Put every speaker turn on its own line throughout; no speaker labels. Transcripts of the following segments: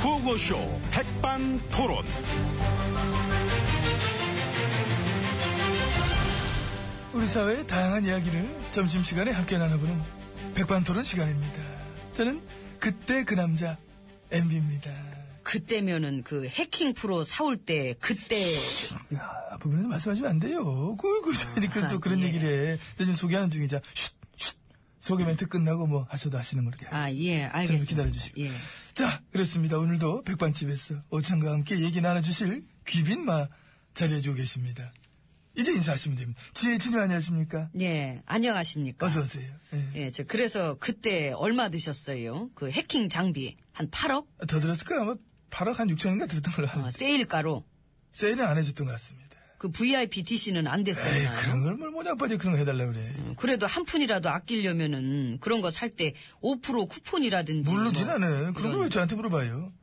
구호쇼 백반토론.
우리 사회의 다양한 이야기를 점심시간에 함께 나눠보는 백반토론 시간입니다. 저는 그때 그 남자 MB입니다.
그때면은 그 해킹 프로 사올 때 그때
야, 앞부분에서 말씀하시면 안 돼요. 그, 그, 그러니까 또
아,
그런
예.
얘기를 해. 근데 지금 소개하는 중이자 쉿, 쉿. 소개 멘트 끝나고 뭐 하셔도 하시는 걸로.
아 예
좀
알겠습니다.
기다려주시고.
예.
자, 그렇습니다. 오늘도 백반집에서 오찬과 함께 얘기 나눠주실 귀빈마 자리해주고 계십니다. 이제 인사하시면 됩니다. 지혜진님 안녕하십니까?
예 안녕하십니까.
어서오세요.
예, 저 그래서 그때 얼마 드셨어요? 그 해킹 장비 한 8억
더 들었을까요? 아마 8억 한 6천인가 들었던
어,
걸로 아는데.
세일가로
세일은 안 해줬던 것 같습니다.
그 VIP DC는 안
에이,
됐었나요?
그런 걸뭘 모냐 빠지 그런 거 해달라고 그래.
음, 그래도 한 푼이라도 아끼려면은 그런 거 살 때 5% 쿠폰이라든지
모르진
뭐
않아요. 네. 그런
이런-
걸 왜 저한테 물어봐요?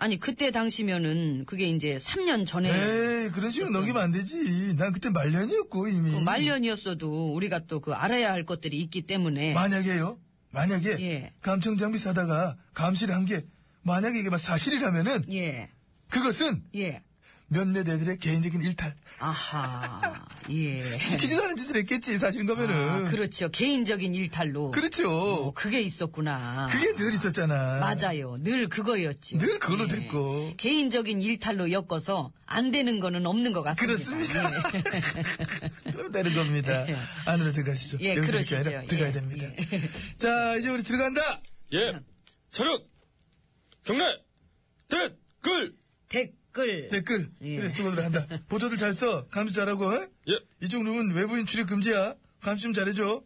아니 그때 당시면은 그게 이제 3년 전에
에이, 그런 식으로 넘기면 안 되지. 난 그때 말년이었고, 이미.
그 말년이었어도 우리가 또 그 알아야 할 것들이 있기 때문에
만약에요? 만약에,
예.
감청장비 사다가 감시를 한 게, 만약에 이게 막 사실이라면은,
예
그것은
예.
몇몇 애들의 개인적인 일탈.
아하, 예.
시키지도 않은 짓을 했겠지, 사실인 거면은.
아, 그렇죠. 개인적인 일탈로.
그렇죠.
어, 그게 있었구나.
그게 늘 있었잖아.
맞아요. 늘 그거였죠. 예.
늘 그걸로 됐고.
개인적인 일탈로 엮어서 안 되는 거는 없는 것 같습니다. 예. 네.
그렇습니다. 그럼 되는 겁니다. 안으로 들어가시죠.
예,
여기서 이렇게
그러시죠.
아니라 들어가야
예,
됩니다. 자, 이제 우리 들어간다.
예. 차렷. 경례. 댓글.
댓글.
댓글.
예.
그래, 수고들 한다. 보조들 잘 써. 감시 잘하고. 어?
예.
이쪽 룸은 외부인 출입 금지야. 감시 좀 잘해줘.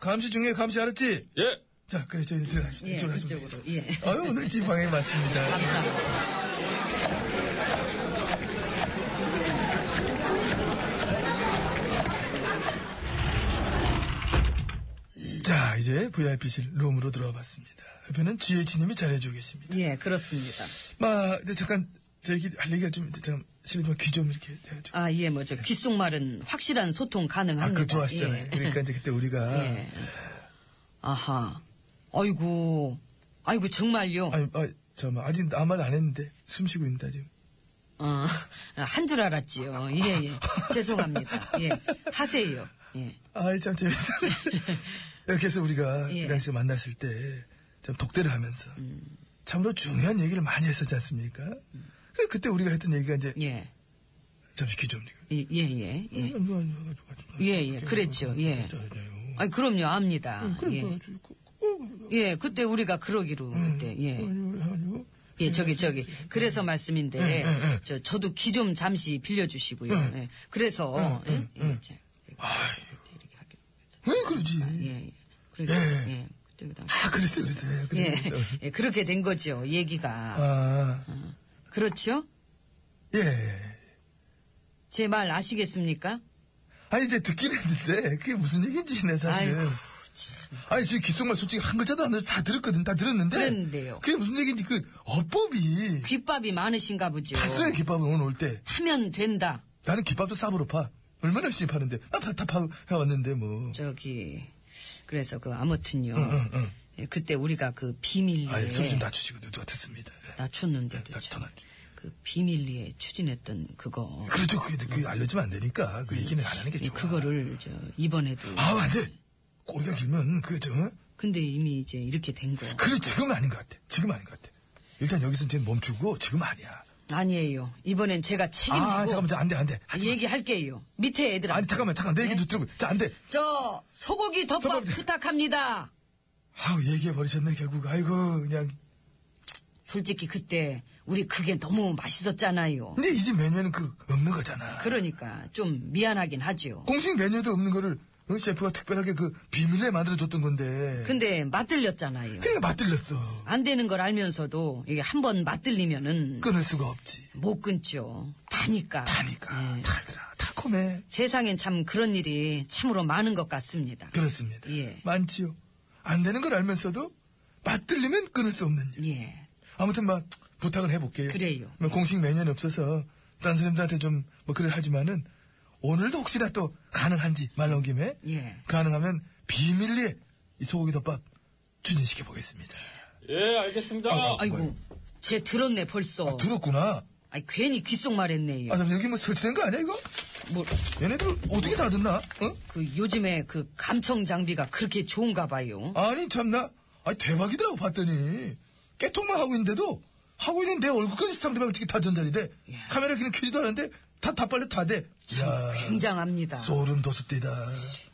감시 중에 감시 알았지?
예.
자, 그래, 저희는 들어가시죠.
예,
이쪽으로 하시면
이쪽으로.
되겠습니다. 아유, 오늘 집 방에 맞습니다.
감사.
자, 이제 VIP실 룸으로 들어와 봤습니다. 옆에는 GH님이 잘해주고 계십니다.
예, 그렇습니다.
마, 근데 잠깐, 저 얘기, 할 얘기가 좀, 있는데 잠깐, 실례지만 귀 좀 이렇게 해가지고.
아, 예, 뭐죠. 귓속말은 확실한 소통
아,
가능합니다.
그거 좋아하시잖아요.
예.
그러니까 이제 그때 우리가.
예. 아하. 아이고. 아이고, 정말요.
아니, 아, 잠깐만. 아직 아무도 안 했는데. 숨 쉬고 있다, 지금.
어, 한 줄 알았지요. 예, 예. 죄송합니다. 예. 하세요. 예.
아이, 참 재밌다. 이렇게 해서 우리가
예. 음.
그 당시에 만났을 때, 참 독대를 하면서, 참으로 중요한 얘기를 많이 했었지 않습니까? 그래, 그때 우리가 했던 얘기가 이제,
예.
잠시 귀 좀. 음, 이거.
예, 예, 예.
아이고, 아이고, 아이고, 아이고.
예, 예, 그랬죠, 예.
잘해요.
아 그럼요, 압니다.
그래,
예.
뭐 음, 아주 그- 그-
예, 그때 우리가 그러기로, 그때, 예.
아니요, 아니요.
예, 저기, 저기. 그래서 말씀인데,
음,
저, 저도 귀 좀 잠시 빌려주시고요. 예.
음,
그래서, 예, 예, 자, 이렇게 하기로.
왜 그러지?
예, 예. 그리고,
예.
예. 그때 그 다음.
아, 그랬어요, 그랬어요.
예,
그랬어요.
예, 그렇게 된 거죠, 얘기가.
아,
그렇죠?
예, 예.
제 말 아시겠습니까?
아니 이제 듣긴 했는데 그게 무슨 얘기인지 내 사실은
아이고,
아니 지금 귓속말 솔직히 한 글자도 안 넣어서 다 들었거든 다 들었는데
그랬는데요.
그게 무슨 얘기인지 그 어법이
귓밥이 많으신가 보죠.
다 써요 깃밥은 오늘 올 때
하면 된다.
나는 깃밥도 쌉으로 파 얼마나 열심히 파는데 나다 파고 해왔는데 뭐
저기 그래서 그 아무튼요.
응, 응.
예, 그때 우리가 그 비밀리에
아예 소리 좀 낮추시고 누가 듣습니다 예.
낮췄는데도
낮-
참
낮춰놨죠.
그 비밀리에 추진했던 그거
그렇죠 그게, 그게 알려지면 안 되니까 그 얘기는 안 하는 게
이
좋아
예, 그거를 저 이번에도
아우 안돼 꼬리가 길면 그저
근데 이미 이제 이렇게 된 거
그래 지금은 아닌 것 같아 지금 아닌 것 같아 일단 여기서 이제 멈추고 지금 아니야
아니에요. 이번엔 제가 책임지고
아 잠깐만 저 안돼 안돼
얘기할게요. 밑에 애들
아니 잠깐만 잠깐 내 얘기도 들어보 자 안돼
저 소고기 덮밥
소고기.
부탁합니다.
아우 얘기해 버리셨네 결국 아이고 그냥
솔직히 그때 우리 그게 너무 맛있었잖아요.
근데 이 집 메뉴는 그 없는 거잖아
그러니까 좀 미안하긴 하죠.
공식 메뉴도 없는 거를 어, 셰프가 특별하게 그 비밀에 만들어줬던 건데
근데 맛들렸잖아요.
그러니까 맞들렸어
안 되는 걸 알면서도 이게 한 번 맞들리면은
끊을 수가 없지
못 끊죠. 다니까.
다니까
예.
달더라 달콤해
세상엔 참 그런 일이 참으로 많은 것 같습니다.
그렇습니다
예.
많지요 안 되는 걸 알면서도 맞들리면 끊을 수 없는 일
예.
아무튼 막 부탁을 해볼게요
그래요.
뭐 공식 메뉴는 없어서 딴 사람들한테 좀 뭐 그래 하지만은 오늘도 혹시나 또 가능한지 말 나온 김에
예.
가능하면 비밀리에 이 소고기 덮밥 추진시켜 보겠습니다.
예, 알겠습니다.
아, 아.
아이고.
뭐요?
쟤 들었네 벌써.
아, 들었구나.
아니 괜히 귓속말했네.
아, 잠 여기 뭐 설치된 거 아니야, 이거? 얘네들 어떻게 다 듣나? 응?
그 요즘에 그 감청 장비가 그렇게 좋은가 봐요.
아니, 참나. 아 대박이더라고, 봤더니. 깨통만 하고 있는데도, 하고 있는 내 얼굴까지 상대방 어떻게 다 전달이 돼?
예.
카메라 그냥 켜지도 않았는데, 다, 다 빨려 다 돼. 이야,
굉장합니다.
소름 돋습니다.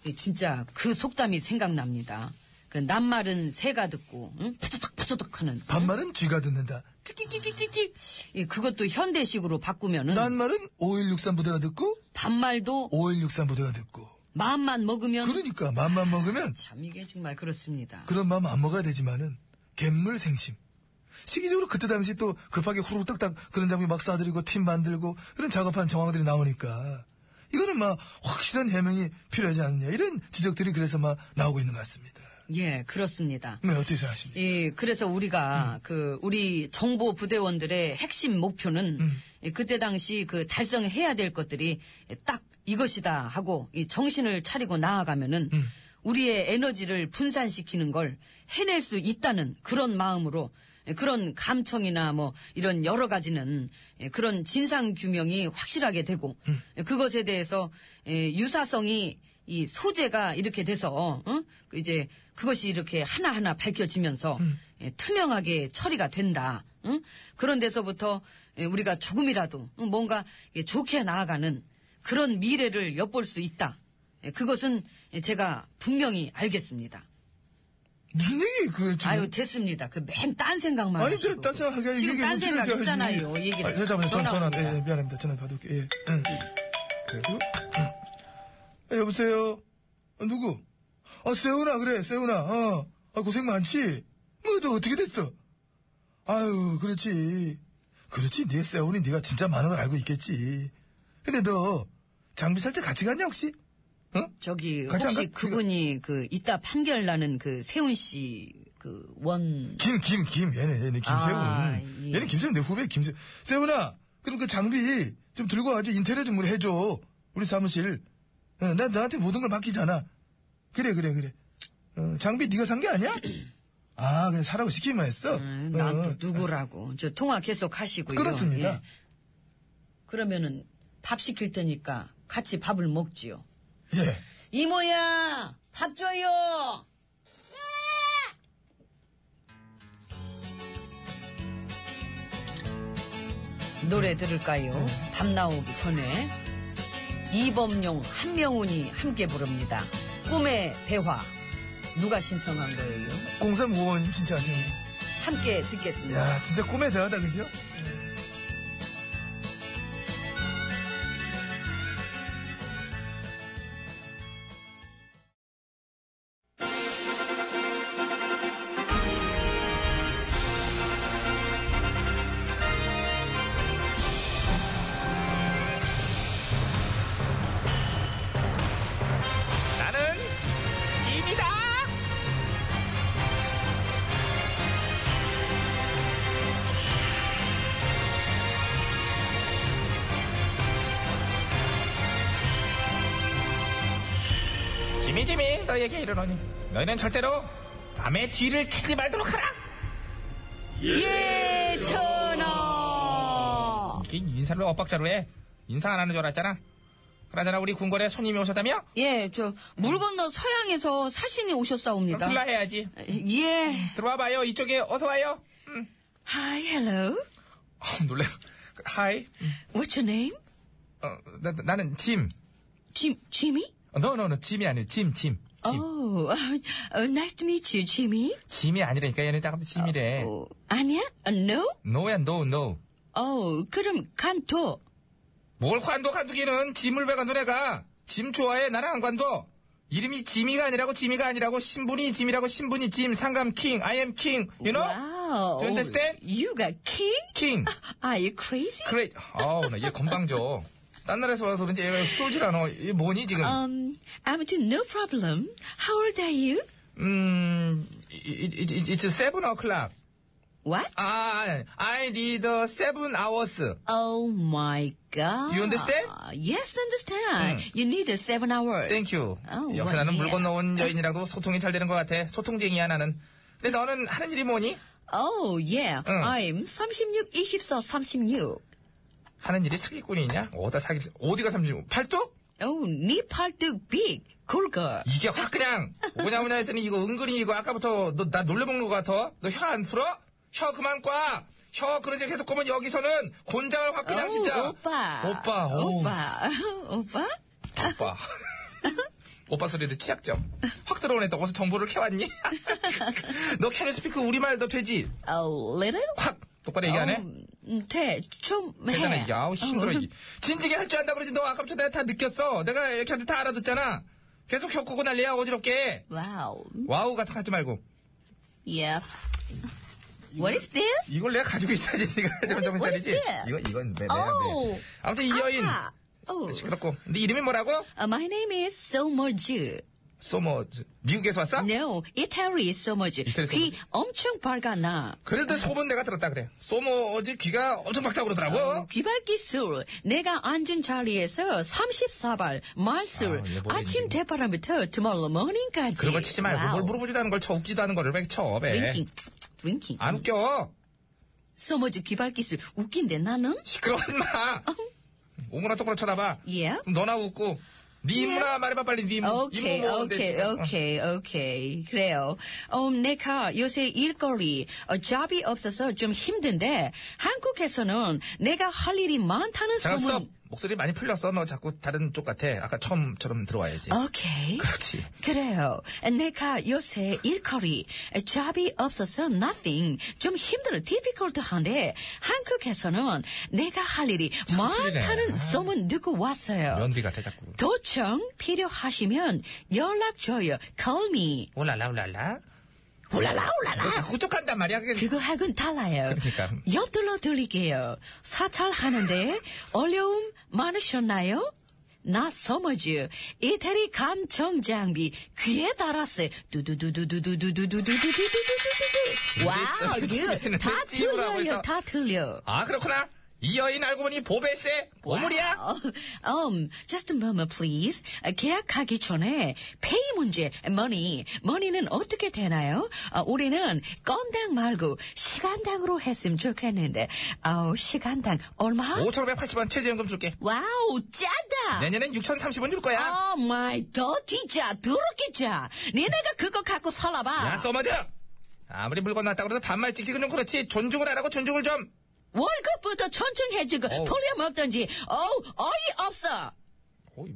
예, 진짜 그 속담이 생각납니다. 그 남말은 새가 듣고 응? 푸드덕 푸드덕 하는
반말은 쥐가 듣는다.
찌찌찌찌찌 예, 그것도 현대식으로 바꾸면은
낱말은 5163 부대가 듣고,
반말도
5163 부대가 듣고.
마음만 먹으면
그러니까, 맘만 먹으면,
참 이게 정말 그렇습니다.
그런 마음 안 먹어야 되지만은 갯물 생심. 시기적으로 그때 당시 또 급하게 후루룩 딱딱 그런 장비 막 싸들이고 팀 만들고 그런 작업한 정황들이 나오니까 이거는 막 확실한 해명이 필요하지 않느냐 이런 지적들이 그래서 막 나오고 있는 것 같습니다.
예 그렇습니다.
네 어떻게 생각하십니까?
예, 그래서 우리가 그 우리 정보 부대원들의 핵심 목표는 예, 그때 당시 그 달성해야 될 것들이 딱 이것이다 하고 이 정신을 차리고 나아가면은 우리의 에너지를 분산시키는 걸 해낼 수 있다는 그런 마음으로 예, 그런 감청이나 뭐 이런 여러 가지는 예, 그런 진상 규명이 확실하게 되고 예, 그것에 대해서 예, 유사성이 이 소재가 이렇게 돼서 응? 그 이제 그것이 이렇게 하나하나 밝혀지면서 예, 투명하게 처리가 된다. 응? 그런 데서부터 예, 우리가 조금이라도 응, 뭔가 예, 좋게 나아가는 그런 미래를 엿볼 수 있다. 예, 그것은 예, 제가 분명히 알겠습니다.
무슨 얘기 그 지금?
아유 됐습니다. 그 맨 딴 생각만
아니,
하시고.
딴 생각 하기가
지금
이게
딴
무슨
생각
얘기야,
있잖아요.
이게.
얘기를
아, 잠깐만요. 전화, 전화,
옵니다.
예, 예, 미안합니다. 전화 받을게요. 예, 응. 그래도, 응. 아, 여보세요? 아, 누구? 아, 세훈아, 그래, 세훈아, 어. 아, 고생 많지? 뭐, 너 어떻게 됐어? 아유, 그렇지. 그렇지, 네 세훈이 네가 진짜 많은 걸 알고 있겠지. 근데 너, 장비 살 때 같이 갔냐, 혹시? 어?
저기
같이 안
혹시
가- 그거-
그분이 그 이따 판결 나는 그 세훈 씨그원
김, 김, 김, 얘네, 얘네, 김세훈.
아, 예.
얘네 김세훈, 내 후배 김세훈. 세훈아, 그럼 그 장비 좀 들고 와줘. 인테리어 좀 우리 해줘. 우리 사무실. 어, 나, 나한테 모든 걸 맡기잖아. 그래, 그래, 그래. 어, 장비 네가 산 게 아니야? 아, 그냥 사라고 시키기만 했어.
난 또
어,
아, 누구라고 저 통화 계속 하시고요.
그렇습니다.
예. 그러면은 밥 시킬 테니까 같이 밥을 먹지요.
예.
이모야 밥 줘요. 노래 들을까요? 밥 나오기 전에 이범용 한명훈이 함께 부릅니다. 꿈의 대화 누가 신청한 거예요?
0395원님 신청하시는 분.
함께 듣겠습니다.
야, 진짜 꿈에 대하다, 그죠?
나는 짐이다. 짐이 짐이 너에게 이르노니 너희는 절대로 남의 뒤를 캐지 말도록 하라.
예, 천하.
이게 인사를 엇박자로 해. 인사 안 하는 줄 알았잖아. 그러잖아 우리 궁궐에 손님이 오셨다며?
예, 저 물 건너 서양에서 사신이
그럼
아,
오셨사옵니다.
들라 해야지.
예.
들어와 봐요. 이쪽에 어서 와요.
Hi, hello.
아, 놀래. 하이.
What's your name?
어, 나, 나는 짐. 어,
Jim, Jimmy?
너, 너, 너, 짐이 아니라 짐, 짐. 짐.
Oh, oh, nice to meet you, Jimmy.
짐이 아니라니까 그러니까 얘는 잠깐 짐이래.
어, 아니야? 아, Uh, no?
노야, 노, 노.
어, 그럼 간토.
뭘 관둬, 관두기는. 짐을 왜 관둬, 내가. 짐 좋아해. 나는 안 관둬. 이름이 짐이가 아니라고, 짐이가 아니라고, 신분이 짐이라고, 신분이 짐, 상감 킹, I am king, you know?
Wow.
Do you understand?
You got king?
king.
Are you crazy?
그래. 어우, 나얘 건방져. 딴 나라에서 와서 그런지 얘가 쏠질 않아. 얘 뭐니, 지금?
Um, 아무튼 no problem. How old are you?
음, it, it, it, it's seven o'clock.
What?
아, I need uh, seven hours.
Oh my god.
You understand? Mm.
Yes, understand. You need a seven hours.
Thank you.
Oh,
역시 나는
well,
물건
yeah.
넣은 여인이라도 소통이 잘 되는 것 같아. 소통쟁이야, 나는. 근데 너는 하는 일이 뭐니?
Oh,
Mm.
yeah.
응.
I'm 36, 24, 36.
하는 일이 사기꾼이냐? 어디다 사기, 어디가 삼십, 팔뚝?
Oh, 네 팔뚝 big, 굵어.
이게 확 그냥, 뭐냐, 뭐냐 했더니 이거 은근히 이거 아까부터 너 나 놀려먹는 것 같아? 너 혀 안 풀어? 혀 그만 꽈! 혀 그러지 계속 꼬면 여기서는 곤장을 확 그냥
Oh,
진짜.
오빠.
오빠, 오.
오빠. 오빠?
오빠. 오빠 소리도 취약점. 확 들어오네. 너 어디서 정보를 캐왔니? 너 캐니스피크 우리말 너 되지?
A little?
확! 똑바로 얘기 안 해?
음, 대, 좀 해.
괜찮아. 야우, 힘들어.
어.
이게. 진지게 할 줄 안다 그러지. 너 아까부터 내가 다 느꼈어. 내가 이렇게 할 때 다 알아듣잖아. 계속 혀 꼬고 난리야. 어지럽게.
Wow.
와우 같은 거 하지 말고.
Yeah. What is this?
이걸 내가 가지고 있어야지. 네가 정신
what
차리지.
is this?
이거, 이건 내, 내,
Oh.
내. 아무튼 이 여인.
뭐 아하. Oh.
시끄럽고. 네 이름이 뭐라고?
Uh, my name is Somerju.
소모. 미국에서 왔어?
No, Italy is Somerju.
아. 이태리
귀 엄청 밝아 나.
그래도 소문 내가 들었다 그래. 소모 어제 귀가 엄청 밝다고 그러더라고.
어, 귀발기술, 내가 앉은 자리에서 34발, 말술,
아, 얘 머리
아, 침
이제.
대바람부터 tomorrow morning까지.
그런 거 치지 말고
와우.
뭘 물어보지도 않은 걸 쳐, 웃기지도 않은 거를 왜 쳐, 왜.
드링킹, 드링킹.
안 웃겨.
소머즈 귀발기술, 웃긴데 나는?
시끄러워, 인마. 오므나 똑바로 쳐다봐.
어? 예.
그럼 너나 웃고. 네 인물아 말해봐, 빨리. 네 인물.
오케이,
인물 모으는데
오케이,
지금. 어.
오케이, 오케이. 그래요. 음, 내가 요새 일거리, 어, 잡이 없어서 좀 힘든데, 한국에서는 내가 할 일이 많다는
잠깐 스톱.
소문.
목소리 많이 풀렸어. 너 자꾸 다른 쪽 같아. 아까 처음처럼 들어와야지.
오케이.
그렇지.
그래요. 내가 요새 일거리, 어, 잡이 없어서 nothing, 좀 힘들어, difficult한데, 한국에서는 내가 할 일이
풀리네.
많다는
아.
소문 듣고 왔어요.
면비 같아, 자꾸.
도청 필요하시면 연락 줘요. Call me.
올랄라, 올랄라.
올라라,
너 자꾸 아, 그쪽 간단 말이야. 그게
그거하고는 달라요.
그러니까.
엿들러 드릴게요. 사찰하는데 어려움 많으셨나요? 나 서머즈 이태리 감청 장비 귀에 달았어요. 두두두두두두두두두두두두두두두. 와우,
준비했어요.
다
찜으로 하고 있어.
틀려요, 다 틀려.
아, 그렇구나. 이 여인 알고 보니 보배세. 보물이야.
어, um, just a moment, please. 아, 계약하기 전에 페이 문제, money, money는 어떻게 되나요? 아, 우리는 건당 말고 시간당으로 했으면 좋겠는데, 아우 시간당 얼마?
어? 5,580원 최저임금 줄게.
와우, 짜다.
내년엔 6,030원 줄 거야.
오 마이 더티자 더럽게자 니네가 그거 갖고 살아봐
야, 써머즈! 아무리 물건 났다고 해서 반말 찍찍은 좀 그렇지. 존중을 하라고 존중을 좀.
월급부터 천천해주고
어우.
돌려먹던지 어우 어이없어
어이,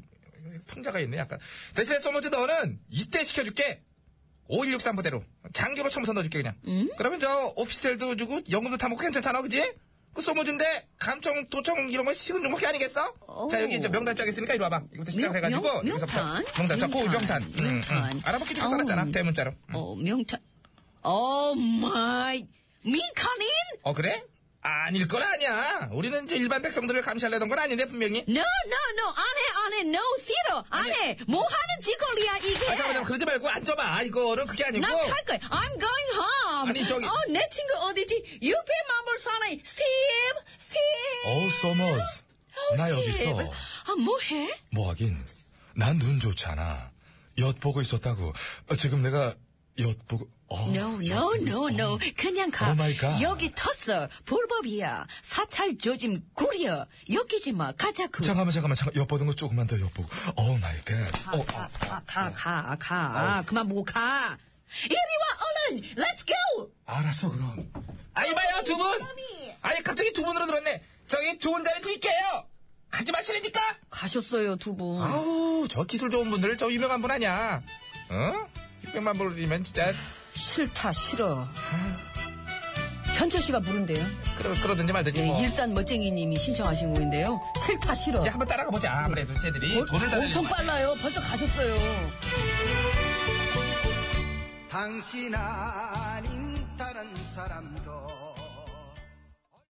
통자가 있네, 약간. 대신에 써머즈 너는 이때 시켜줄게. 5163 부대로. 장기로 처음부터 넣어줄게, 그냥. 그러면 저 오피스텔도 주고 연금도 다 먹고 괜찮잖아, 그지? 그 소모준데 감청, 도청 이런 건 식은 종목이 아니겠어?
오.
자 여기 이제 명단 쫙 있으니까 이리 와봐. 이것부터
명-
시작해가지고
명-
여기서부터.
명탄?
명단 쫙 보고 명탄.
명탄,
응, 응.
명탄.
음. 알아봤기 좀
어우.
써놨잖아 대문자로. 음. 응.
어 명탄 오 마이 민간인
어 그래? 아닐 건 아니야. 우리는 이제 일반 백성들을 감시하려던 건 아닌데 분명히.
no no no 안해 안해 no zero 안해 뭐 하는 짓거리야 이게
아, 잠깐만, 그러지 말고 앉아봐. 이거는 그게 아니고.
난 탈 거야 I'm going home
아니, 저기-
어내 친구 어디지 유피 마블 사나이 스티브 스티브
어우, 서머즈. 나 여기 있어.
아 뭐해
뭐 하긴. 난 눈 좋잖아. 엿 보고 있었다고. 어, 지금 내가 엿 보고. 어,
No,
엿
no,
보고
no,
있어.
no. 그냥 가.
Oh my God.
여기 텄어. 불법이야. 사찰 조짐 구려. 여기지 마. 가자구. 그.
잠깐만, 잠깐만, 잠깐. 엿 보던 거 조금만 더 엿 보고.
Oh
오 마이 갓. 어,
가, 가, 가, 가, 가. 그만 보고 가. 이리 와, 얼른. Let's go.
알았어, 그럼.
아, 이봐요, 두 분! 아니, 갑자기 두 분으로 늘었네. 저기 두 분 자리 드릴게요! 가지 마시라니까!
가셨어요, 두 분.
아우, 저 기술 좋은 분들, 저 유명한 분 아니야. 어? 600만 불이면 진짜,
싫다, 싫어. 현철 씨가 부른대요. 네,
그러, 그러든지 말든지 뭐.
일산 멋쟁이님이 신청하신 곡인데요. 싫다, 싫어. 어,
이제 한번 따라가 보자. 아무래도 쟤들이 돈을 다
엄청
내려고
빨라요. 벌써 가셨어요.
당신 아닌 다른 사람도